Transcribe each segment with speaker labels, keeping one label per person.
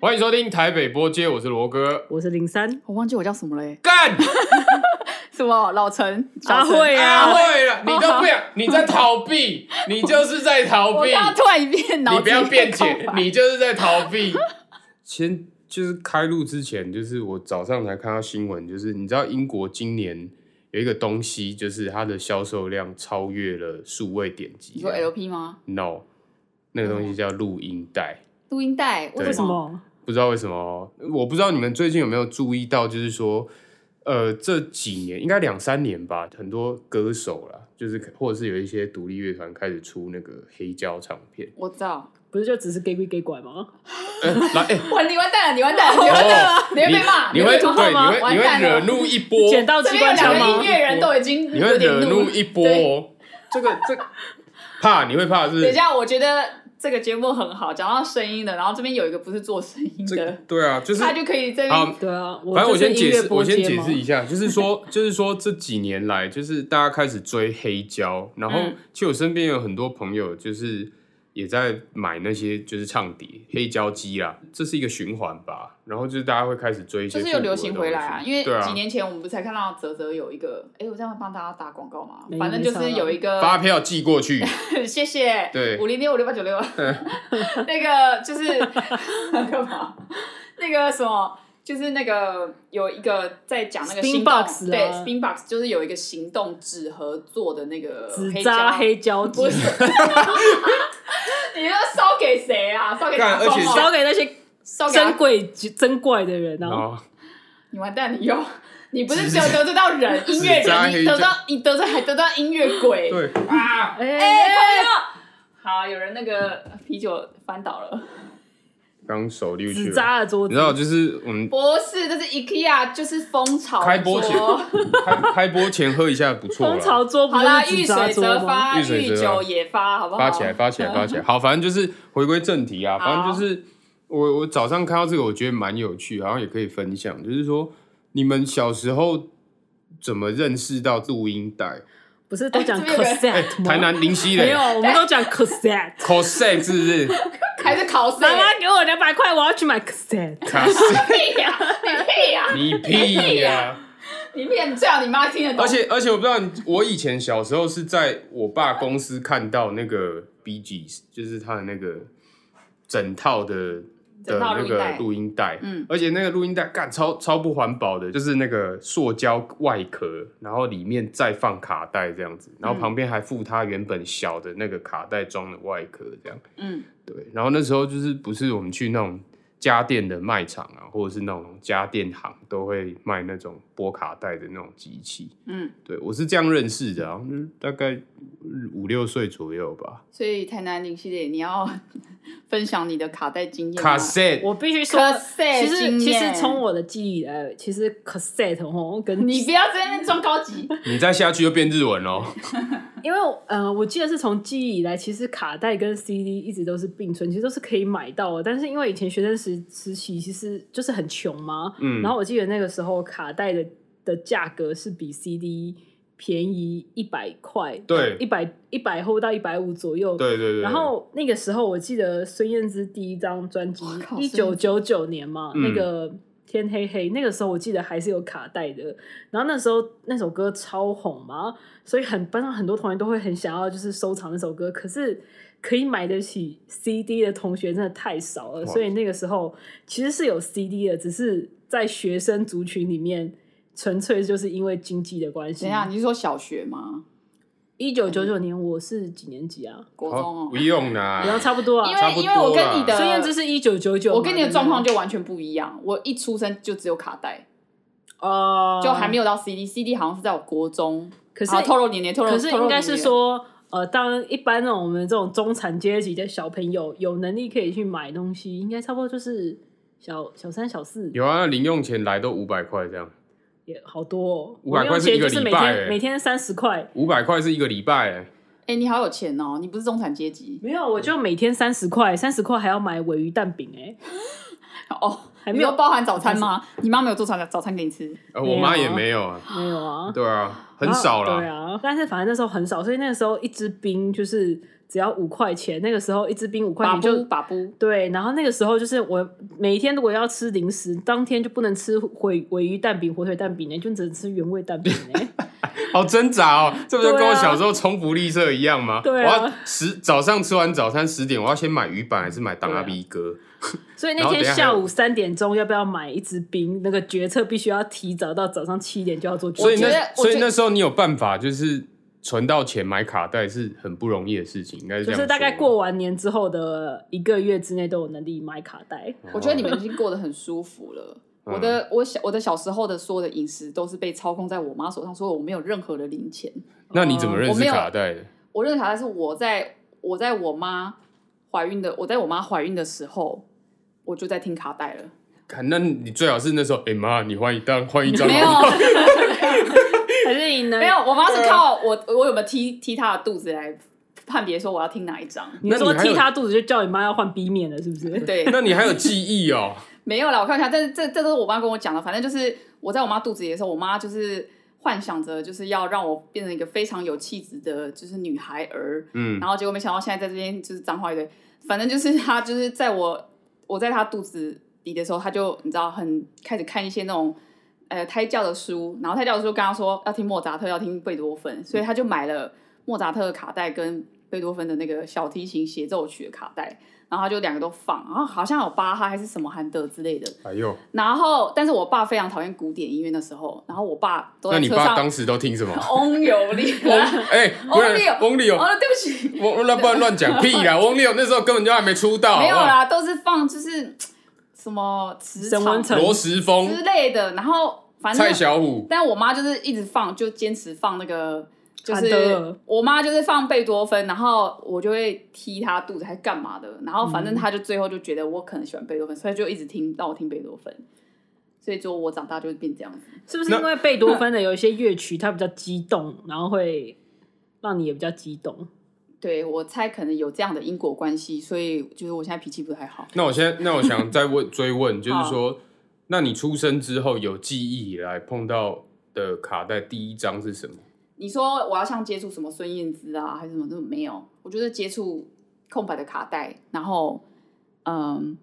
Speaker 1: 欢迎收听台北波街，我是罗哥。
Speaker 2: 我是零三，
Speaker 3: 我忘记我叫什么嘞？
Speaker 1: 干，
Speaker 3: 什么老陈？
Speaker 2: 阿
Speaker 3: 小陈
Speaker 2: 慧
Speaker 1: 阿
Speaker 2: 啊，
Speaker 1: 慧 了，你都不想，你在逃避， 你就是在逃
Speaker 3: 我
Speaker 1: 避
Speaker 3: 刚，刚突然一变，脑
Speaker 1: 你
Speaker 3: 子
Speaker 1: 不要辩
Speaker 3: 一片
Speaker 1: 解
Speaker 3: 空，白
Speaker 1: 你就是在逃避。先就是开录之前，就是我早上才看到新闻，就是你知道英国今年有一个东西，就是它的销售量超越了数位点击
Speaker 3: 你说
Speaker 1: 量。
Speaker 3: LP 吗？
Speaker 1: No，那个东西叫录音带。
Speaker 3: 录音带
Speaker 1: 对
Speaker 2: 为
Speaker 3: 为
Speaker 2: 什？么？
Speaker 1: 不知道为什么哦，我不知道你们最近有没有注意到，就是说，呃，这几年应该两三年吧，很多歌手啦，就是或者是有一些独立乐团开始出那个黑胶唱片。
Speaker 3: 我知道，
Speaker 2: 不是就只是 gay 归 gay 拐吗？
Speaker 1: 呃，来，哎、
Speaker 3: 哇，你完蛋了，你完蛋了，你完蛋了， 你会被骂，
Speaker 1: 哦你会
Speaker 3: 被
Speaker 1: 对，
Speaker 3: 抓
Speaker 1: 你
Speaker 3: 吗？
Speaker 1: 会
Speaker 3: 完
Speaker 1: 你
Speaker 3: 蛋
Speaker 1: 会惹
Speaker 3: 了。
Speaker 1: 怒一波，
Speaker 2: 捡到
Speaker 3: 这
Speaker 2: 机
Speaker 3: 边
Speaker 2: 关
Speaker 3: 有两
Speaker 2: 枪
Speaker 3: 个音
Speaker 2: 吗？
Speaker 3: 乐人都已经
Speaker 1: 你会
Speaker 3: 有点
Speaker 1: 惹
Speaker 3: 怒
Speaker 1: 怒一波
Speaker 3: 对
Speaker 1: 哦。这个这个怕，你会怕是不
Speaker 3: 等一
Speaker 1: 是？
Speaker 3: 下，我觉得这个节目很好，讲到声音的，然后这边有一个不是做声音
Speaker 1: 这个
Speaker 3: 的，
Speaker 1: 对啊，就是
Speaker 3: 他就可以这
Speaker 1: 好
Speaker 3: 边。
Speaker 2: 对啊，
Speaker 1: 反正我
Speaker 2: 就是
Speaker 1: 先解
Speaker 2: 音乐
Speaker 1: 释，
Speaker 2: 播
Speaker 1: 我先
Speaker 2: 接
Speaker 1: 解
Speaker 2: 嘛
Speaker 1: 释一下，就是说， 就是说这几年来，就是大家开始追黑胶，然后、
Speaker 3: 嗯
Speaker 1: 其实我身边有很多朋友，就是也在买那些就是唱碟黑胶机啦，这是一个循环吧。然后就是大家会开始追一些
Speaker 3: 就
Speaker 1: 复
Speaker 3: 是
Speaker 1: 古的
Speaker 3: 有
Speaker 1: 东西，
Speaker 3: 流行回来啊，因为
Speaker 1: 对啊
Speaker 3: 几年前我们不是才看到泽泽有一个，哎，我这样帮大家打广告嘛
Speaker 2: 没，
Speaker 3: 反正就是有一个
Speaker 1: 发票寄过去，
Speaker 3: 谢谢，
Speaker 1: 对嗯
Speaker 3: 五零六五六八九六， 那个就是 干嘛？那个什么，就是那个有一个在讲那个
Speaker 2: Spin
Speaker 3: 行动
Speaker 2: box 啊
Speaker 3: 对，spin box 就是有一个行动纸盒做的那个
Speaker 2: 纸
Speaker 3: 胶
Speaker 2: 扎，黑胶纸
Speaker 3: 不，是？哦你要烧给谁啊？烧给
Speaker 1: 干
Speaker 3: 打工哦
Speaker 1: 而且
Speaker 2: 交给那些
Speaker 3: 烧给
Speaker 2: 珍
Speaker 3: 他
Speaker 2: 贵珍怪的人
Speaker 1: 然
Speaker 2: 啊。
Speaker 1: 后
Speaker 3: 你完蛋，你又。 你不是只有得罪到人，音乐
Speaker 1: 纸扎
Speaker 3: 人，
Speaker 1: 黑
Speaker 3: 你得
Speaker 1: 胶
Speaker 3: 到你得罪还得到音乐鬼，
Speaker 1: 对
Speaker 3: 啊，
Speaker 2: 哎哎
Speaker 3: 哎，朋友，好，有人那个啤酒翻倒了。
Speaker 1: 刚手溜去
Speaker 2: 纸
Speaker 1: 了，
Speaker 2: 扎的桌
Speaker 1: 你
Speaker 2: 子
Speaker 1: 知，道，就是我们
Speaker 3: 不是，这是 IKEA，就是蜂巢桌
Speaker 1: 开播前开开播前喝一下不 错
Speaker 2: 蜂
Speaker 1: 啦。
Speaker 2: 巢桌不
Speaker 3: 好啦，
Speaker 2: 是
Speaker 3: 遇
Speaker 2: 纸扎
Speaker 3: 水
Speaker 2: 桌
Speaker 3: 则
Speaker 2: 吗？
Speaker 3: 发，
Speaker 1: 遇水
Speaker 3: 遇
Speaker 1: 则发
Speaker 3: 酒也发，好不好？
Speaker 1: 发
Speaker 2: 哦
Speaker 1: 起来，发起来，发起来。好，反正就是回归正题啊，反正就是我我早上看到这个，我觉得蛮有趣，好像也可以分享，就是说你们小时候怎么认识到录音带？
Speaker 2: 不是都讲
Speaker 3: 哎这边有个
Speaker 2: cassette 吗？
Speaker 1: 台南林夕
Speaker 2: 没
Speaker 1: 嘞
Speaker 2: 有，我们都讲 cassette。
Speaker 1: ，cosec 是不 是
Speaker 3: 还是考试？
Speaker 2: 妈妈给我两百块，我要去买 cassette。
Speaker 1: ？cosec，
Speaker 3: 屁呀！你屁呀！
Speaker 1: 你屁呀、
Speaker 3: 你骗，最好你妈听得懂。
Speaker 1: 而且而且我不知道你，我以前小时候是在我爸公司看到那个 B G，就是他的那个整套的的
Speaker 3: 整套
Speaker 1: 那
Speaker 3: 录音带
Speaker 1: 个录音带，
Speaker 3: 嗯，
Speaker 1: 而且那个录音带干超超不环保的，就是那个塑胶外壳，然后里面再放卡带这样子，然后旁边还附它原本小的那个卡带装的外壳这样，
Speaker 3: 嗯，
Speaker 1: 对，然后那时候就是不是我们去那种家电的卖场啊，或者是那种家电行都会卖那种播卡带的那种机器，
Speaker 3: 嗯，
Speaker 1: 对我是这样认识的、啊，嗯大概五六岁左右吧。
Speaker 3: 所以台南林系列，你要分享你的卡带经验吗。
Speaker 1: 卡 set，
Speaker 2: 我必须说，
Speaker 3: cassette
Speaker 2: 其实
Speaker 3: 经验
Speaker 2: 其实从我的记忆来，其实 cassette 吼跟
Speaker 3: 你不要在那边装高 级。
Speaker 1: 你再下去就变日文喽。
Speaker 2: 因为呃，我记得是从记忆以来，其实卡带跟 CD 一直都是并存，其实都是可以买到的。但是因为以前学生时时期其实就是很穷嘛，
Speaker 1: 嗯
Speaker 2: 然后我记得那个时候卡带的的价格是比 CD 便宜一百块，
Speaker 1: 对
Speaker 2: 一百一百后到一百五左右。
Speaker 1: 对对对。
Speaker 2: 然后那个时候我记得孙燕姿第一张专辑
Speaker 3: 哇靠，
Speaker 2: 一九九九年嘛，
Speaker 1: 嗯
Speaker 2: 那个。天黑黑，那个时候我记得还是有卡带的，然后那时候那首歌超红嘛，所以很班上很多同学都会很想要就是收藏那首歌，可是可以买得起 CD 的同学真的太少了，
Speaker 1: 哇
Speaker 2: 所以那个时候其实是有 CD 的，只是在学生族群里面，纯粹就是因为经济的关系
Speaker 3: 等一。下，你是说小学吗？
Speaker 2: 一九九九年我是几年级啊？
Speaker 3: 国中
Speaker 1: 好，
Speaker 3: 哦
Speaker 1: 不。用啦。
Speaker 2: 然后差不多啊，
Speaker 3: 因
Speaker 1: 差不
Speaker 3: 为
Speaker 1: 多
Speaker 3: 因为我跟你的
Speaker 2: 孙燕姿是一九九九，
Speaker 3: 我跟你的状况就完全不一样。我一出生就只有卡带，
Speaker 2: 呃，
Speaker 3: 就还没有到 CD，CD 好像是在我国中。
Speaker 2: 可是
Speaker 3: 好透露年龄，透露
Speaker 2: 可是
Speaker 3: 透露
Speaker 2: 应该
Speaker 3: 年龄
Speaker 2: 是说，呃，当一般那种我们这种中产阶级的小朋友有能力可以去买东西，应该差不多就是小小三、小四
Speaker 1: 有啊，那零用钱来都五百块这样，
Speaker 2: 也好多、哦，
Speaker 1: 500块是一个
Speaker 2: 我用钱就是
Speaker 1: 礼
Speaker 2: 每
Speaker 1: 拜
Speaker 2: 天
Speaker 1: 欸
Speaker 2: 每天三十块，
Speaker 1: 五百块是一个礼拜、欸。
Speaker 3: 哎、你好有钱哦！你不是中产阶级
Speaker 2: 没有我就每天三十块，三十块还要买尾鱼蛋饼哎、
Speaker 3: 哦，
Speaker 2: 还
Speaker 3: 你
Speaker 2: 没
Speaker 3: 有
Speaker 2: 有
Speaker 3: 包含早餐吗？你妈没有做早早餐给你吃？
Speaker 1: 呃，
Speaker 2: 没有
Speaker 1: 我妈也没有啊。
Speaker 2: 没有啊，
Speaker 1: 对啊，很少
Speaker 2: 然后对
Speaker 1: 啦。
Speaker 2: 啊，但是反正那时候很少，所以那个时候一支冰就是只要五块钱，那个时候一支冰五块
Speaker 3: 把
Speaker 2: 钱就
Speaker 3: 布把布，
Speaker 2: 对，然后那个时候就是我每一天如果要吃零食，当天就不能吃尾尾鱼蛋饼、火腿蛋饼呢，就只能吃原味蛋饼 呢。
Speaker 1: 好挣扎哦，这不就跟我
Speaker 2: 对啊
Speaker 1: 小时候冲福利社一样吗？
Speaker 2: 对啊
Speaker 1: 我要十早上吃完早餐十点，我要先买鱼板还是买
Speaker 2: 啊
Speaker 1: 当阿 B 哥？
Speaker 2: 所以
Speaker 1: 然
Speaker 2: 那
Speaker 1: 后等
Speaker 2: 天
Speaker 1: 一下
Speaker 2: 下
Speaker 1: 还有
Speaker 2: 午三点钟要不要买一支冰，那个决策必须要提早到早上七点就要做决
Speaker 1: 所以
Speaker 2: 定。
Speaker 3: 觉得
Speaker 1: 那
Speaker 3: 我觉
Speaker 1: 所
Speaker 3: 得
Speaker 1: 以那时候你有办法，就是存到钱买卡带是很不容易的事情，应该是这
Speaker 2: 就
Speaker 1: 样
Speaker 2: 是
Speaker 1: 说。
Speaker 2: 大概过完年之后的一个月之内都有能力买卡带，
Speaker 1: 哦，
Speaker 3: 我觉得你们已经过得很舒服了。我的我小我的小时候的所有的饮食都是被操控在我妈手上，所以我没有任何的零钱。
Speaker 1: 那你怎么认
Speaker 3: 我
Speaker 1: 识
Speaker 3: 没有
Speaker 1: 卡带的？
Speaker 3: 我认识卡带是我在我在我妈怀孕的，我在我妈怀孕的时候，我就在听卡带了。
Speaker 1: 看，那你最好是那时候，哎、妈，你换一张，换一张，
Speaker 3: 没有
Speaker 2: 还是你能
Speaker 3: 没有，我妈是靠我我有没有踢踢她的肚子来判别说我要听哪一张。
Speaker 2: 你
Speaker 1: 那你
Speaker 2: 说
Speaker 1: 还有
Speaker 2: 踢他肚子就叫你妈要换 B 面了，是不是？
Speaker 3: 对，
Speaker 1: 那你还有记忆 哦。
Speaker 3: 没有啦，我看一下，但是这这都是我妈跟我讲的。反正就是我在我妈肚子里的时候，我妈就是幻想着就是要让我变成一个非常有气质的，就是女孩儿。
Speaker 1: 嗯，
Speaker 3: 然后结果没想到现在在这边就是脏话一堆，反正就是她就是在我我在她肚子里的时候，她就你知道很开始看一些那种呃胎教的书，然后胎教的书跟她说要听莫扎特，要听贝多芬，所以她就买了莫扎特的卡带跟贝多芬的那个小提琴协奏曲的卡带。然后她就两个都放，然后好像有巴哈还是什么韩德之类的。
Speaker 1: 哎呦，
Speaker 3: 然后，但是我爸非常讨厌古典音乐那时候，然后我爸都
Speaker 1: 那
Speaker 3: 在
Speaker 1: 你
Speaker 3: 车
Speaker 1: 爸
Speaker 3: 上
Speaker 1: 当时都听什么？
Speaker 3: 翁有 力，
Speaker 1: 翁哎，不
Speaker 3: 翁立
Speaker 1: 是
Speaker 3: 友
Speaker 1: 翁立友，
Speaker 3: 哦，对不起，
Speaker 1: 我乱不然乱 讲屁啦！翁立友那时候根本就还没出道，
Speaker 3: 没有
Speaker 1: 好不好，
Speaker 3: 啦，都是放就是什么磁
Speaker 2: 沈文
Speaker 3: 场
Speaker 2: 成
Speaker 1: 罗时
Speaker 3: 之
Speaker 1: 丰、
Speaker 3: 类的，然后反正
Speaker 1: 蔡小虎，
Speaker 3: 但我妈就是一直放，就坚持放那个，就
Speaker 2: 韩德
Speaker 3: 是
Speaker 2: 尔
Speaker 3: 我妈就是放贝多芬，然后我就会踢她肚子还干嘛的，然后
Speaker 2: 嗯
Speaker 3: 反正她就最后就觉得我可能喜欢贝多芬，所以就一直听让我听贝多芬，所以就我长大就会变这样子。
Speaker 2: 是不是因为贝多芬的有一些乐曲它比较激动，然后会让你也比较激动？
Speaker 3: 对我猜可能有这样的因果关系，所以就是我现在脾气不太好。
Speaker 1: 那我现在，那我想再 问追问，就是说，那你出生之后有记忆以来碰到的卡带第一张是什么？
Speaker 3: 你说我要像接触什么孙燕姿啊，还是什么？都没有，我就是接触空白的卡带，然后嗯，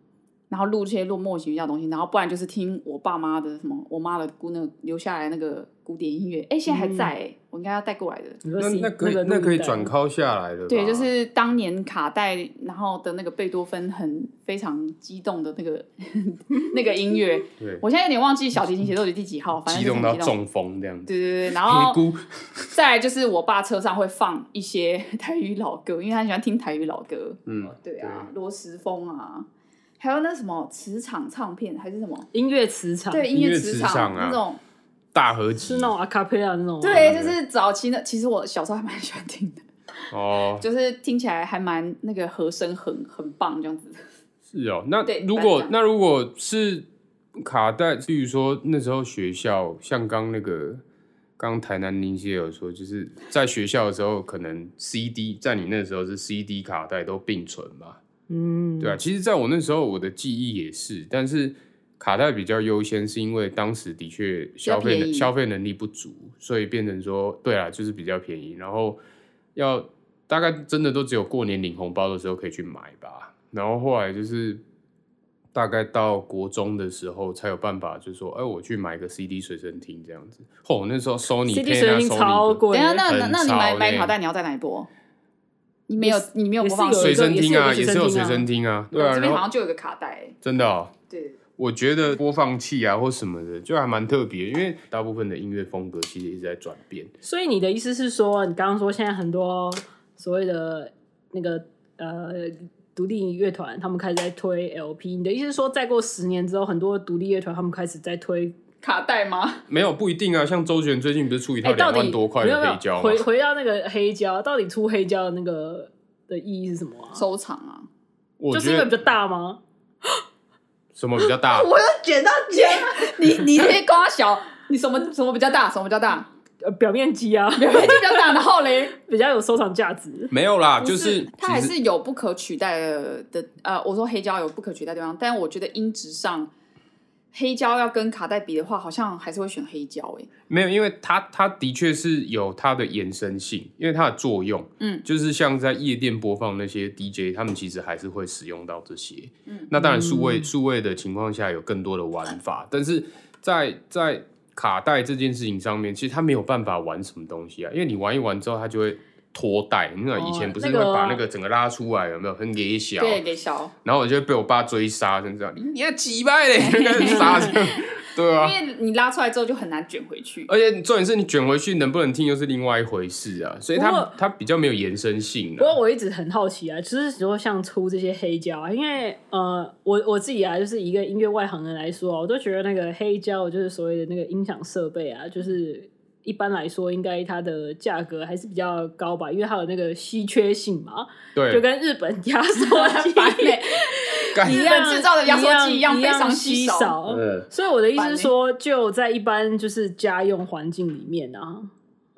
Speaker 3: 然后录这些落莫名其妙的东西，然后不然就是听我爸妈的什么，我妈的姑那个留下来那个古典音乐，哎、现在还在、哎，我应该要带过来的。
Speaker 2: 你说
Speaker 1: 那
Speaker 2: C-
Speaker 1: 那可以
Speaker 2: 个
Speaker 1: 那可以
Speaker 2: 录音带
Speaker 1: 转拷下来的吧，
Speaker 3: 对，就是当年卡带，然后的那个贝多芬很非常激动的那个 那个音乐，
Speaker 1: 对，
Speaker 3: 我现在有点忘记小提琴协奏曲第几号，反正
Speaker 1: 激
Speaker 3: 就
Speaker 1: 动
Speaker 3: 是很
Speaker 1: 到
Speaker 3: 激动。
Speaker 1: 中风这样子。
Speaker 3: 对 对对，然后
Speaker 1: 尼姑，
Speaker 3: 再来就是我爸车上会放一些 台语老歌，因为他喜欢听台语老歌。
Speaker 1: 嗯，
Speaker 3: 对啊，罗时丰啊，还有那什么磁场唱片还是什么？
Speaker 2: 音乐磁场，
Speaker 3: 对，音
Speaker 1: 啊音乐
Speaker 3: 乐
Speaker 1: 磁
Speaker 3: 场
Speaker 1: 场啊
Speaker 3: 那种，
Speaker 1: 大合集
Speaker 2: 是那种 a cappella 那种吗，
Speaker 3: 对，就是早期的。其实我小时候还蛮喜欢听的，
Speaker 1: 哦，
Speaker 3: 就是听起来还蛮那个和声很很棒这样子。
Speaker 1: 是哦。那
Speaker 3: 对
Speaker 1: 如
Speaker 3: 一般这
Speaker 1: 果
Speaker 3: 样
Speaker 1: 那如果是卡带，比如说那时候学校，像刚那个刚台南林姐有说，就是在学校的时候，可能 CD 在你那时候是 CD 卡带都并存嘛。
Speaker 2: 嗯，
Speaker 1: 对啊，其实在我那时候，我的记忆也是，但是卡带比较优先，是因为当时的确消费能
Speaker 3: 比较便宜
Speaker 1: 消费能力不足，所以变成说，对啊，就是比较便宜，然后要大概真的都只有过年领红包的时候可以去买吧。然后后来就是大概到国中的时候才有办法，就是说，哎，我去买个 CD 随身听这样子。哦，那时候 Sony
Speaker 2: CD
Speaker 1: 配那
Speaker 2: 随身听
Speaker 1: Sony
Speaker 2: 超
Speaker 1: 的
Speaker 2: 贵，
Speaker 3: 等一下，那那
Speaker 1: 很欸
Speaker 3: 那你买
Speaker 1: 吵
Speaker 3: 买
Speaker 1: 嘞
Speaker 3: 卡带你要在哪里播？你没有
Speaker 2: 也是
Speaker 3: 你没有播放
Speaker 2: 也是有
Speaker 1: 随
Speaker 2: 一个
Speaker 1: 身听啊，也
Speaker 2: 也
Speaker 1: 是
Speaker 2: 是
Speaker 1: 有
Speaker 2: 有
Speaker 1: 随
Speaker 2: 随
Speaker 1: 身
Speaker 2: 身
Speaker 1: 听啊，对啊，
Speaker 3: 我这
Speaker 1: 然
Speaker 3: 边好
Speaker 1: 后
Speaker 3: 像就有个卡带、欸
Speaker 1: 真的哦。
Speaker 3: 对，
Speaker 1: 我觉得播放器啊或什么的就还蛮特别，因为大部分的音乐风格其实一直在转变。
Speaker 2: 所以你的意思是说，你刚刚说现在很多所谓的那个呃独立乐团，他们开始在推 LP。你的意思是说，再过十年之后，很多独立乐团他们开始在推，
Speaker 3: 卡带吗？
Speaker 1: 没有不一定啊，像周璇最近不是出一
Speaker 2: 哎、
Speaker 1: 套
Speaker 2: 到
Speaker 1: 两万
Speaker 2: 底
Speaker 1: 多块
Speaker 2: 没有
Speaker 1: 的
Speaker 2: 没有
Speaker 1: 黑胶吗
Speaker 2: 回？回到那个黑胶，到底出黑胶的那个的意义是什么啊？
Speaker 3: 收藏啊。
Speaker 1: 我
Speaker 2: 就是
Speaker 1: 觉
Speaker 2: 因为比
Speaker 1: 得
Speaker 2: 较大吗？
Speaker 1: 什么比较 大？
Speaker 3: 我要卷到卷， 你你这些瓜小，你什么什么比较大，什么比较大，
Speaker 2: 呃，表面积啊，
Speaker 3: 表面积比较大，然后嘞，
Speaker 2: 比较有收藏价值。
Speaker 1: 没有啦，
Speaker 3: 不
Speaker 1: 就是
Speaker 3: 它还
Speaker 1: 其实
Speaker 3: 是有不可取代的的呃，我说黑胶有不可取代的地方，但我觉得音质上黑胶要跟卡带比的话，好像还是会选黑胶欸诶、
Speaker 1: 没有，因为它它的确是有它的延伸性，因为它的作用，
Speaker 3: 嗯
Speaker 1: 就是像在夜店播放那些 DJ，他们其实还是会使用到这些。
Speaker 3: 嗯
Speaker 1: 那当然数位
Speaker 2: 嗯
Speaker 1: 数位的情况下有更多的玩法，但是在在卡带这件事情上面，其实它没有办法玩什么东西啊，因为你玩一玩之后，它就会脱带。你知道以前
Speaker 2: 哦
Speaker 1: 不是
Speaker 2: 那
Speaker 1: 会
Speaker 2: 个
Speaker 1: 把那个整个拉出来，有没有很给小？
Speaker 3: 对，给小，
Speaker 1: 然后我就会被我爸追杀，真的，你你要几百嘞，就开始 杀这样，对啊。呃
Speaker 3: 因为你拉出来之后就很难卷回去。
Speaker 1: 而且重点是你卷回去能不能听又是另外一回事啊，所以
Speaker 2: 不
Speaker 1: 它
Speaker 2: 过
Speaker 1: 它比较没有延伸性啊
Speaker 2: 不过
Speaker 1: 的。
Speaker 2: 我一直很好奇啊，就是说像出这些黑胶啊，因为呃，我我自己啊，就是一个音乐外行人来说啊，我都觉得那个黑胶就是所谓的那个音响设备啊，就是一般来说应该它的价格还是比较高吧，因为它有那个稀缺性嘛，就
Speaker 1: 对，
Speaker 2: 跟日本压缩 机
Speaker 3: 烦欸
Speaker 1: 干
Speaker 3: 日本制造的压缩机
Speaker 2: 一
Speaker 3: 一样非常
Speaker 2: 稀
Speaker 3: 稀少
Speaker 1: 嗯，
Speaker 2: 所以我的意思是说，就在一般就是家用环境里面啊，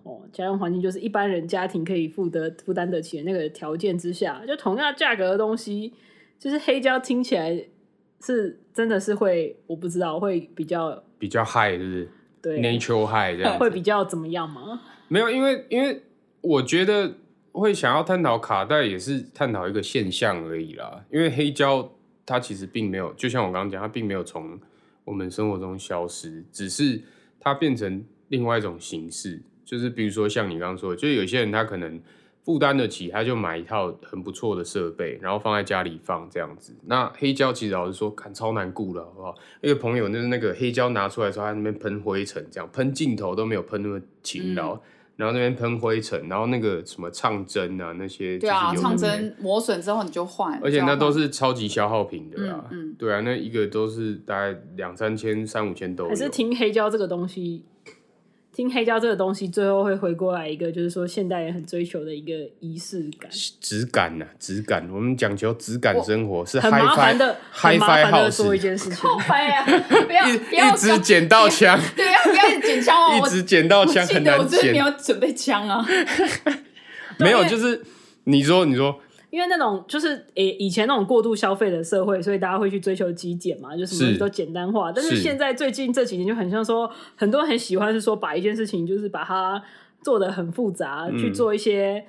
Speaker 2: 哦，家用环境就是一般人家庭可以负得负担得起的那个条件之下，就同样价格的东西，就是黑胶听起来是真的是会，我不知道会比较
Speaker 1: 比较嗨，是不是
Speaker 2: 对，
Speaker 1: ？Nature high 这样
Speaker 2: 会
Speaker 1: 子，
Speaker 2: 比较怎么样吗？
Speaker 1: 没有，因为因为我觉得会想要探讨卡带也是探讨一个现象而已啦，因为黑胶它其实并没有，就像我刚刚讲，它并没有从我们生活中消失，只是它变成另外一种形式，就是比如说像你刚刚说的，就是有些人他可能负担得起，他就买一套很不错的设备，然后放在家里放这样子。那黑胶其实老实说，看超难顾了，好不好？一个朋友就是那个黑胶拿出来的时候，他在那边喷灰尘，这样喷镜头都没有喷那么勤劳。
Speaker 3: 嗯
Speaker 1: 然后那边喷灰尘，然后那个什么唱针啊那些，
Speaker 3: 对啊，
Speaker 1: 就是有的
Speaker 3: 唱
Speaker 1: 没的
Speaker 3: 针磨损之后你就换，
Speaker 1: 而且那都
Speaker 3: 是
Speaker 1: 是超级消耗品的啦。
Speaker 3: 嗯嗯
Speaker 1: 对啊，那一个都是大概两三千、三五千都有。
Speaker 2: 还是听黑胶这个东西，听黑胶这个东西，最后会回过来一个，就是说现代人很追求的一个仪式感。
Speaker 1: 质感呐、质感，我们讲求质感生活是
Speaker 2: 很麻
Speaker 1: HiFi
Speaker 2: 烦的，很
Speaker 1: HiFi
Speaker 2: 麻烦的
Speaker 1: house
Speaker 2: 做一件事情。
Speaker 3: 翻呀， 不要不
Speaker 1: 一
Speaker 3: 要
Speaker 1: 一直捡到枪，
Speaker 3: 对，不要不要捡枪哦，
Speaker 1: 一
Speaker 3: 我
Speaker 1: 直捡到枪
Speaker 3: 记
Speaker 1: 很
Speaker 3: 得我
Speaker 1: 难
Speaker 3: 真的没
Speaker 1: 捡，
Speaker 3: 有准备枪啊，
Speaker 1: 没有
Speaker 2: 因为
Speaker 1: 就是你说你说
Speaker 2: 因为那种就是诶、以前那种过度消费的社会，所以大家会去追求极简嘛，就什么东西
Speaker 1: 是
Speaker 2: 都简单化。但是
Speaker 1: 是
Speaker 2: 现在最近这几年就很像说，很多人很喜欢是说把一件事情就是把它做的很复杂，
Speaker 1: 嗯
Speaker 2: 去做一些。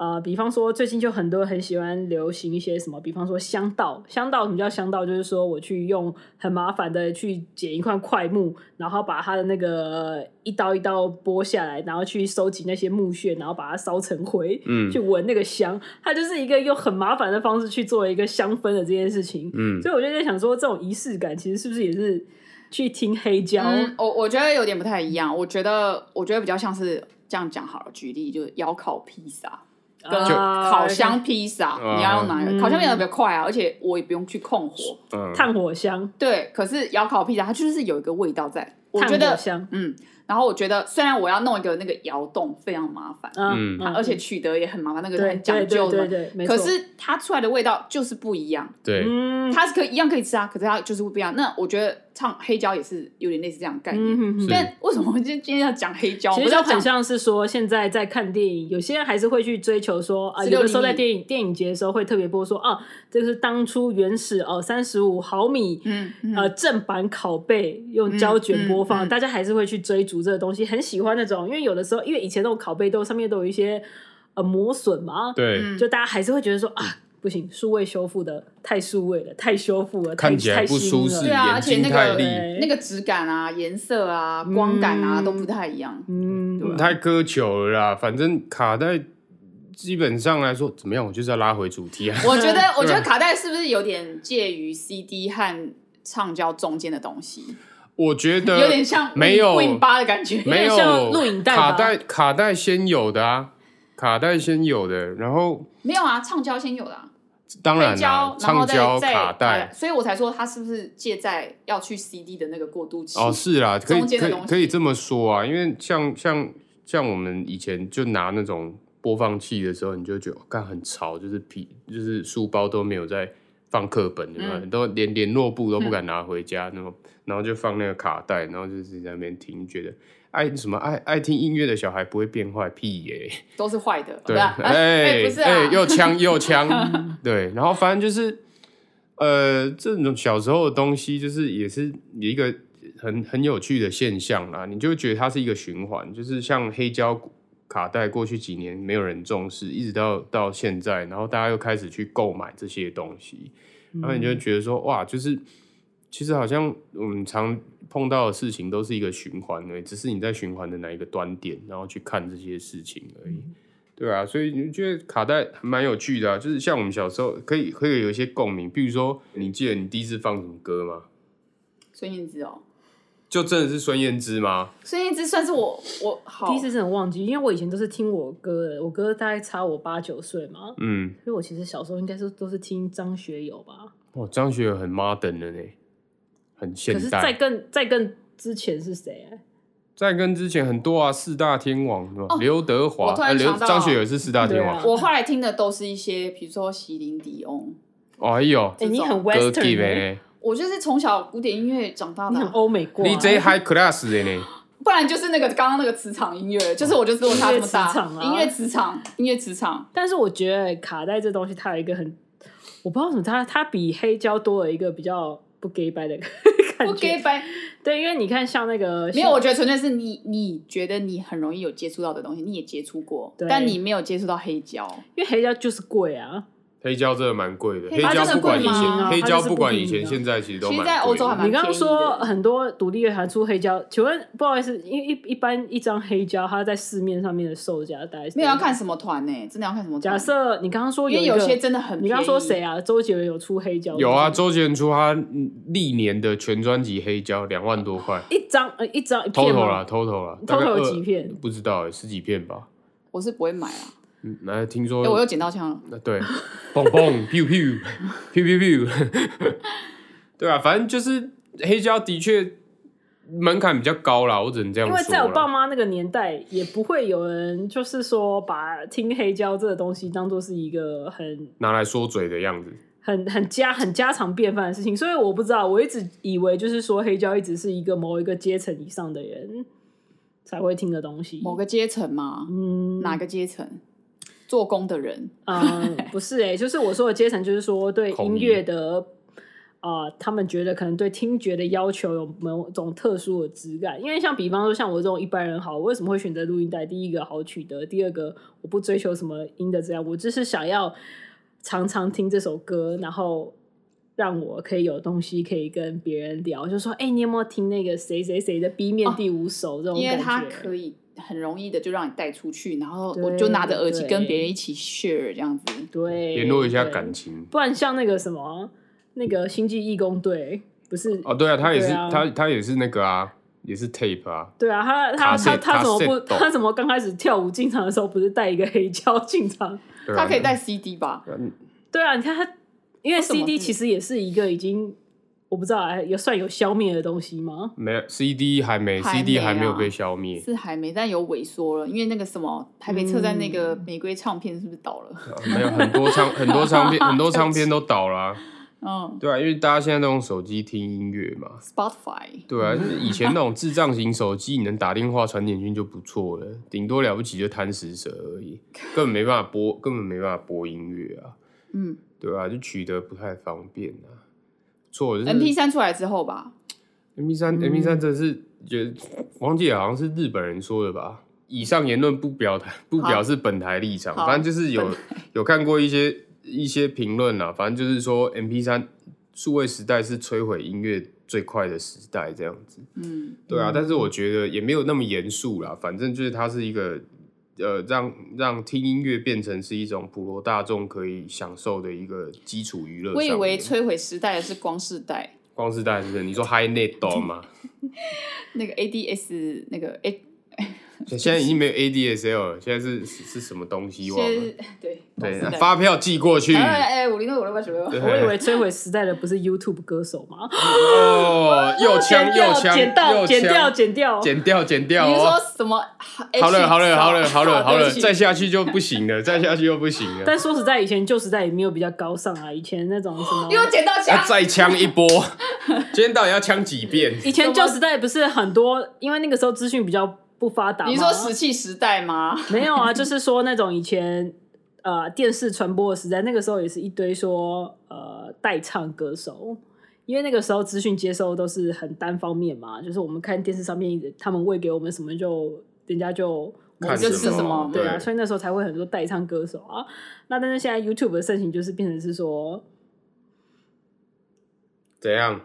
Speaker 2: 啊、比方说最近就很多人很喜欢流行一些什么，比方说香道，香道什么叫香道？就是说我去用很麻烦的去剪一块块木，然后把它的那个一刀一刀剥下来，然后去收集那些木屑，然后把它烧成灰，
Speaker 1: 嗯
Speaker 2: 去闻那个香，它就是一个用很麻烦的方式去做一个香氛的这件事情。
Speaker 1: 嗯
Speaker 2: 所以我就在想说，这种仪式感其实是不是也是去听黑胶？
Speaker 3: 嗯，我我觉得有点不太一样，我觉得我觉得比较像是这样讲好了，举例就是窑烤披萨。跟
Speaker 2: 啊
Speaker 3: 烤箱披萨，
Speaker 1: 啊
Speaker 3: 你要用哪
Speaker 2: 嗯
Speaker 3: 个？烤箱披萨比较快啊，而且我也不用去控火。
Speaker 1: 嗯，
Speaker 2: 炭火香，
Speaker 3: 对，可是窑烤披萨它就是有一个味道在，我
Speaker 2: 炭
Speaker 3: 觉
Speaker 2: 火
Speaker 3: 得，
Speaker 2: 香，
Speaker 3: 嗯，然后我觉得虽然我要弄一个那个窑洞非常麻烦，
Speaker 1: 嗯
Speaker 2: 嗯
Speaker 3: 而且取得也很麻烦，那个
Speaker 2: 对
Speaker 3: 很讲究
Speaker 2: 对
Speaker 3: 的
Speaker 2: 对。对对，没错
Speaker 3: 可是它出来的味道就是不一样，
Speaker 1: 对，
Speaker 2: 嗯
Speaker 3: 它是可以一样可以吃啊，可是它就是会不一样。那我觉得唱黑胶也是有点类似这样的概
Speaker 2: 嗯
Speaker 3: 念。
Speaker 2: 哼哼
Speaker 1: 是
Speaker 3: 但为什么我今天今天要讲黑胶？
Speaker 2: 其
Speaker 3: 哦我
Speaker 2: 实
Speaker 3: 不是要
Speaker 2: 就
Speaker 3: 讲
Speaker 2: 很像是说，现在在看电影，有些人还是会去追求说啊，
Speaker 3: 16
Speaker 2: 有的时候
Speaker 3: 厘
Speaker 2: 在
Speaker 3: 米
Speaker 2: 电影电影节的时候会特别播说啊，这个是当初原始哦三十五毫米。
Speaker 3: 嗯嗯
Speaker 2: 呃，正版拷贝用胶卷播放，
Speaker 3: 嗯嗯嗯
Speaker 2: 大家还是会去追逐这个东西，很喜欢那种，因为有的时候，因为以前那种拷贝都上面都有一些呃磨损嘛，
Speaker 1: 对，
Speaker 3: 嗯
Speaker 2: 就大家还是会觉得说啊，不行，数位修复的太数位了，太修复了，
Speaker 1: 看
Speaker 2: 太
Speaker 1: 起来
Speaker 2: 太
Speaker 1: 不
Speaker 2: 新
Speaker 1: 舒
Speaker 2: 了
Speaker 1: 适，
Speaker 3: 对啊
Speaker 1: 眼
Speaker 3: 而且
Speaker 1: 睛
Speaker 3: 那个
Speaker 1: 太利，
Speaker 2: 对
Speaker 3: 那个质感啊、颜色啊、光感啊、
Speaker 2: 嗯
Speaker 3: 都不太一样。
Speaker 2: 嗯，
Speaker 3: 对啊
Speaker 1: 太苛求了啦。反正卡带基本上来说怎么样，我就是要拉回主题啊。
Speaker 3: 我觉得，我觉得卡带是不是有点介于 CD 和唱胶中间的东西，
Speaker 1: 我觉得
Speaker 3: 有点像
Speaker 1: 没有
Speaker 3: Win 八的感觉。
Speaker 1: 没有
Speaker 2: 有点像录影带吧
Speaker 1: 卡带卡带先有的啊，卡带先有的，然后
Speaker 3: 没有啊，唱胶先有的、啊，
Speaker 1: 当然啦
Speaker 3: 胶，，然后
Speaker 1: 唱
Speaker 3: 再
Speaker 1: 胶
Speaker 3: 再哎
Speaker 1: 卡带
Speaker 3: 所以我才说它是不是借在要去 CD 的那个过渡期？
Speaker 1: 哦是啦，可以
Speaker 3: 中间
Speaker 1: 可
Speaker 3: 的
Speaker 1: 以
Speaker 3: 东西
Speaker 1: 可以这么说啊，因为像像像我们以前就拿那种播放器的时候，你就觉得哦看、干很潮，就是皮就是书包都没有在放课本，有没有
Speaker 3: 嗯
Speaker 1: 都连联络簿都不敢拿回家，那种然后就放那个卡带，然后就自己在那边听，觉得爱什么爱爱听音乐的小孩不会变坏，屁耶、
Speaker 3: 都是坏的，
Speaker 1: 对，
Speaker 3: 不是啊哎、
Speaker 1: 哎
Speaker 3: 不是啊，
Speaker 1: 又枪又枪，对，然后反正就是，呃，这种小时候的东西，就是也是一个很很有趣的现象啦。你就会觉得它是一个循环，就是像黑胶卡带，过去几年没有人重视，一直到到现在，然后大家又开始去购买这些东西，然后你就
Speaker 2: 嗯
Speaker 1: 会觉得说，哇，就是其实好像我们常碰到的事情都是一个循环而已，只是你在循环的哪一个端点，然后去看这些事情而已。对啊，所以你觉得卡带还蛮有趣的、啊，就是像我们小时候可以可以有一些共鸣，比如说你记得你第一次放什么歌吗？
Speaker 3: 孙燕姿哦，
Speaker 1: 就真的是孙燕姿吗？
Speaker 3: 孙燕姿算是我我好
Speaker 2: 第一次真的忘记，因为我以前都是听我哥的，我哥大概差我八九岁嘛，
Speaker 1: 嗯，
Speaker 2: 所以我其实小时候应该是都是听张学友吧。
Speaker 1: 哇，张学友很 modern 的呢，很现
Speaker 2: 可是，
Speaker 1: 代。
Speaker 2: 在更在更之前是谁啊？
Speaker 1: 在跟之前很多啊，四大天王是吧？刘德华，
Speaker 3: 我突然
Speaker 1: 呃刘
Speaker 3: 想到
Speaker 1: 张学友也是四大天王。
Speaker 2: 对啊
Speaker 3: 我后来听的都是一些，比如说席琳迪翁，
Speaker 1: 哦哎呦，
Speaker 2: 哎、
Speaker 3: 这种
Speaker 2: 你很
Speaker 1: 歌
Speaker 2: Western，
Speaker 1: 技
Speaker 2: 欸、
Speaker 1: 呗
Speaker 3: 我就是从小古典音乐长大
Speaker 2: 你
Speaker 3: 的
Speaker 2: 很
Speaker 3: 啊，
Speaker 2: 欧美过、啊。
Speaker 1: ，DJ High Class 的呢。
Speaker 3: 不然就是那个刚刚那个磁场音乐，就是我就是落差这么
Speaker 2: 哦音乐磁场
Speaker 3: 大，
Speaker 2: 啊
Speaker 3: 音乐磁场，音乐磁场，
Speaker 2: 但是我觉得卡带这东西，它有一个很，我不知道为什么它它比黑胶多了一个比较不 gay 白的 感觉。
Speaker 3: 不 gay 白，
Speaker 2: 对，因为你看像那个
Speaker 3: 没有，我觉得纯粹是你你觉得你很容易有接触到的东西，你也接触过，
Speaker 2: 对
Speaker 3: 但你没有接触到黑胶，
Speaker 2: 因为黑胶就是贵啊，
Speaker 1: 黑胶真的蛮贵的，
Speaker 3: 黑
Speaker 1: 黑胶
Speaker 3: 胶真的
Speaker 1: 不管以
Speaker 3: 贵吗
Speaker 1: 前，
Speaker 2: 啊
Speaker 1: 黑
Speaker 2: 它
Speaker 1: 胶
Speaker 2: 就是
Speaker 1: 不管以
Speaker 2: 不平
Speaker 1: 前，
Speaker 2: 啊
Speaker 1: 现在其实都
Speaker 3: 其实
Speaker 1: 蛮贵的。
Speaker 3: 在欧洲还蛮
Speaker 2: 你刚刚说
Speaker 3: 便宜的
Speaker 2: 很多独立乐团出黑胶，请问不好意思，一一一般一张黑胶它在市面上面的售价大概是
Speaker 3: 没有要看什么团呢、真的要看什么团。
Speaker 2: 假设你刚刚说
Speaker 3: 因为
Speaker 2: 一
Speaker 3: 有
Speaker 2: 个
Speaker 3: 些真的很便宜，
Speaker 2: 你刚刚说谁啊？周杰伦有出黑胶？
Speaker 1: 有啊，
Speaker 2: 是不
Speaker 1: 周杰伦出他历年的全专辑黑胶两万多块
Speaker 2: 是一张呃一
Speaker 3: 嗯
Speaker 2: 张一片
Speaker 1: ，total
Speaker 2: 吗
Speaker 1: 啦，total 啦大概
Speaker 2: ，total 有
Speaker 1: 二
Speaker 2: 几片？
Speaker 1: 不知道欸十几片吧。
Speaker 3: 我是不会买啊。
Speaker 1: 嗯，来听
Speaker 3: 哎、我
Speaker 1: 说，
Speaker 3: 又捡到枪了。
Speaker 1: 那对，蹦蹦，biu biu biu biu biu，对啊，反正就是黑胶的确门槛比较高啦，我只能这样
Speaker 2: 因
Speaker 1: 说啦。
Speaker 2: 为在我爸妈那个年代，也不会有人就是说把听黑胶这个东西当做是一个很
Speaker 1: 拿来说嘴的样子，
Speaker 2: 很很家很家常便饭的事情，所以我不知道，我一直以为就是说黑胶一直是一个某一个阶层以上的人才会听的东西。
Speaker 3: 某个阶层嘛，
Speaker 2: 嗯，
Speaker 3: 哪个阶层？做工的人，
Speaker 2: 嗯，不是哎、就是我说的阶层，就是说对
Speaker 1: 口音
Speaker 2: 音乐的啊、呃他们觉得可能对听觉的要求有某种特殊的质感。因为像比方说像我这种一般人，好，我为什么会选择录音带？第一个好取得，第二个我不追求什么音的质量，我就是想要常常听这首歌，然后。让我可以有东西可以跟别人聊，就说：“哎、你有没有听那个谁谁谁的 B 面
Speaker 3: 哦
Speaker 2: 第五首？”这种
Speaker 3: 因为
Speaker 2: 感觉，
Speaker 3: 他可以很容易的就让你带出去，然后
Speaker 2: 对
Speaker 3: 我就拿着耳机
Speaker 2: 对
Speaker 3: 跟别人一起 share 这样子。
Speaker 2: 对
Speaker 1: 联络一下
Speaker 2: 对
Speaker 1: 感情。
Speaker 2: 不然像那个什么，那个星际义工队不是？
Speaker 1: 哦，对啊，他也是
Speaker 2: 对啊，
Speaker 1: 他他也是那个啊，也是 tape 啊，
Speaker 2: 对啊，他他他
Speaker 1: Cassette-
Speaker 2: 他怎么不
Speaker 1: cassette
Speaker 2: 他怎么刚开始跳舞进场的时候不是带一个黑胶进场？
Speaker 1: 对啊
Speaker 3: 他可以带 CD 吧？
Speaker 2: 对啊，你看他，因为
Speaker 3: 为什么
Speaker 2: CD 其实也是一个已经我不知道啊，也算有消灭的东西吗？
Speaker 1: 没有 CD 还没
Speaker 3: 还没
Speaker 1: CD 还没有
Speaker 3: 啊
Speaker 1: 被消灭，
Speaker 3: 是还没，但有萎缩了，因为那个什么台北车站那个
Speaker 2: 嗯
Speaker 3: 玫瑰唱片是不是倒了？
Speaker 1: 啊没有很多唱很多唱片很多唱片都倒啦、
Speaker 3: 嗯
Speaker 1: 对啊，因为大家现在都用手机听音乐嘛，
Speaker 3: ，Spotify
Speaker 1: 对啊，以前那种智障型手机，你能打电话传简讯就不错了，顶多了不起就贪食蛇而已，根本没办法播，根本没办法播音乐啊，
Speaker 3: 嗯，
Speaker 1: 对啊，就取得不太方便啊，错，就是
Speaker 3: MP 三出来之后吧，
Speaker 1: M P 三
Speaker 3: 嗯
Speaker 1: M P 三真的是觉得，忘记了好像是日本人说的吧。以上言论不表态，不表示本台立场，
Speaker 3: 好
Speaker 1: 反正就是有有看过一些一些评论啦，反正就是说 M P 三数位时代是摧毁音乐最快的时代这样子。
Speaker 3: 嗯，
Speaker 1: 对啊，但是我觉得也没有那么严肃啦，反正就是它是一个呃，让让听音乐变成是一种普罗大众可以享受的一个基础娱乐上
Speaker 3: 我
Speaker 1: 面。
Speaker 3: 以为摧毁时代的是光世代，
Speaker 1: 光时代是不是你说 High Net 懂吗？
Speaker 3: 那个 ADS 那个 A
Speaker 1: 现现在已经没有 ADSL 了，现在是是是什么东西忘了？
Speaker 3: 先对
Speaker 1: 对啊
Speaker 3: 光世，代
Speaker 1: 发票寄过去。
Speaker 3: 哦哎哎，五零六五六八九六，
Speaker 1: 对
Speaker 2: 我以为摧毁时代的不是 YouTube 歌手吗？
Speaker 1: 哦，又枪
Speaker 2: 剪
Speaker 1: 又枪，
Speaker 2: 掉，剪掉，
Speaker 1: 又
Speaker 2: 剪掉，
Speaker 1: 枪，
Speaker 2: 剪掉。
Speaker 1: 剪掉，剪掉
Speaker 3: 你是
Speaker 1: 哦！
Speaker 3: 说哎什么？
Speaker 1: 好了，好了，好了，好了，好了，再
Speaker 3: 再
Speaker 1: 下去就不行了，再下去又不行了。
Speaker 2: 但说实在，以前旧时代也没有比较高尚啊，以前那种什么。
Speaker 3: 又捡到
Speaker 1: 啊
Speaker 3: 枪，
Speaker 1: 再枪一波，今天到底要枪几遍？
Speaker 2: 以前旧时代不是很多，因为那个时候资讯比较不发达嘛。
Speaker 3: 你说石器时代吗？
Speaker 2: 没有啊，就是说那种以前呃电视传播的时代，那个时候也是一堆说呃代唱歌手，因为那个时候资讯接收都是很单方面嘛，就是我们看电视上面他们喂给我们什么就人家就。我
Speaker 1: 看
Speaker 2: 们就
Speaker 3: 什
Speaker 2: 吃
Speaker 3: 么
Speaker 2: 什么，对啊，
Speaker 1: 对
Speaker 2: 所以那时候才会很多代唱歌手啊。那但是现在 YouTube 的盛行，就是变成是说，
Speaker 1: 怎样？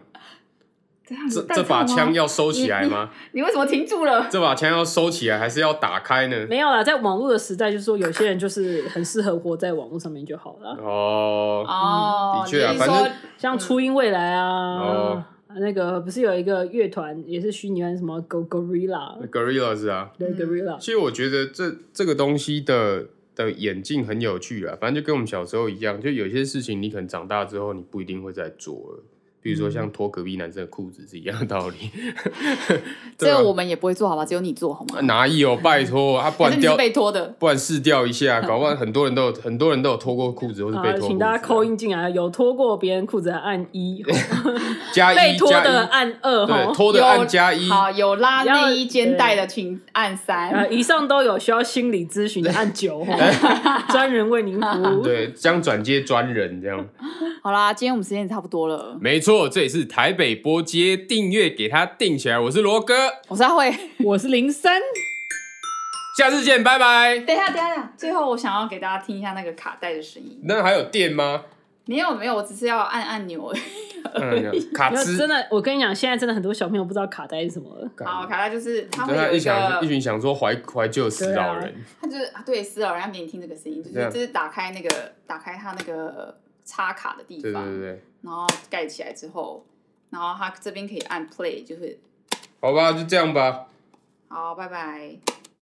Speaker 3: 这样
Speaker 1: 这
Speaker 3: 有啊带
Speaker 1: 这把
Speaker 3: 上吗
Speaker 1: 枪要收起来吗？
Speaker 3: 你为什么停住了？
Speaker 1: 这把枪要收起来还是要打开呢？
Speaker 2: 没有啦，在网络的时代，就是说有些人就是很适合活在网络上面就好了，
Speaker 1: 哦，
Speaker 3: 哦，
Speaker 1: 的确啊
Speaker 3: 你是
Speaker 1: 反
Speaker 3: 说
Speaker 1: 正
Speaker 2: 像初音未来
Speaker 1: 哦
Speaker 2: 啊，那个不是有一个乐团也是虚拟团，什么 Go Gorilla，
Speaker 1: Gorilla 是啊，
Speaker 2: 对 Gorilla，
Speaker 1: 其实我觉得这这个东西的的演进很有趣啦，反正就跟我们小时候一样，就有些事情你可能长大之后你不一定会再做了，比如说
Speaker 2: 嗯
Speaker 1: 像脱隔壁男生的裤子是一样的道理。
Speaker 3: 这个我们也不会做好吧？只有你做好吗？
Speaker 1: 哪有？拜 托，嗯啊，不
Speaker 3: 还是
Speaker 1: 然
Speaker 3: 你是
Speaker 1: 掉，
Speaker 3: 被拖的？
Speaker 1: 不然试掉一下，搞不好很多人都有很多人都有脱过裤子或是被脱
Speaker 2: 啊，
Speaker 1: 裤子。
Speaker 2: 请大家扣音进来，有脱过别人裤子的按一，哦
Speaker 1: 加
Speaker 2: 被
Speaker 1: 一
Speaker 2: 脱的
Speaker 1: 加
Speaker 2: 按二哦
Speaker 1: 一，对，
Speaker 2: 哈。
Speaker 1: 脱的按加一，
Speaker 3: 好，有拉
Speaker 2: 要
Speaker 3: 内衣肩带的，请按三
Speaker 2: 呃，。以上都有需要心理咨询的按 九哈，专人为您服务。
Speaker 1: 对，将转接专人这 样。
Speaker 3: 好啦，今天我们时间也差不多了。
Speaker 1: 没错，这里是台北波街，订阅给他订起来。我是罗哥，
Speaker 3: 我是阿慧。
Speaker 2: 我是零三，
Speaker 1: 下次见，拜拜。
Speaker 3: 等一下，等一下，等一下，最后我想要给大家听一下那个卡带的声音。
Speaker 1: 那还有电吗？
Speaker 3: 没有，没有，我只是要按按钮而已。
Speaker 1: 嗯，卡
Speaker 2: 没有
Speaker 1: 兹
Speaker 2: 真。的，我跟你讲，现在真的很多小朋友不知道卡带是什么了。
Speaker 3: 好，
Speaker 1: 干
Speaker 3: 卡带就是它会
Speaker 1: 真的
Speaker 3: 有
Speaker 1: 一
Speaker 3: 一
Speaker 1: 想一
Speaker 3: 个，
Speaker 1: 群想说怀怀旧死老人，
Speaker 3: 它就是啊对，死老人要给你听这个声音，就是
Speaker 1: 这样
Speaker 3: 就是打开那个打开它那个插卡的地
Speaker 1: 对对
Speaker 3: 方，
Speaker 1: 对对，
Speaker 3: 然后盖起来之后，然后它这边可以按 play，就是
Speaker 1: 好吧，就这样吧。
Speaker 3: 好，拜拜。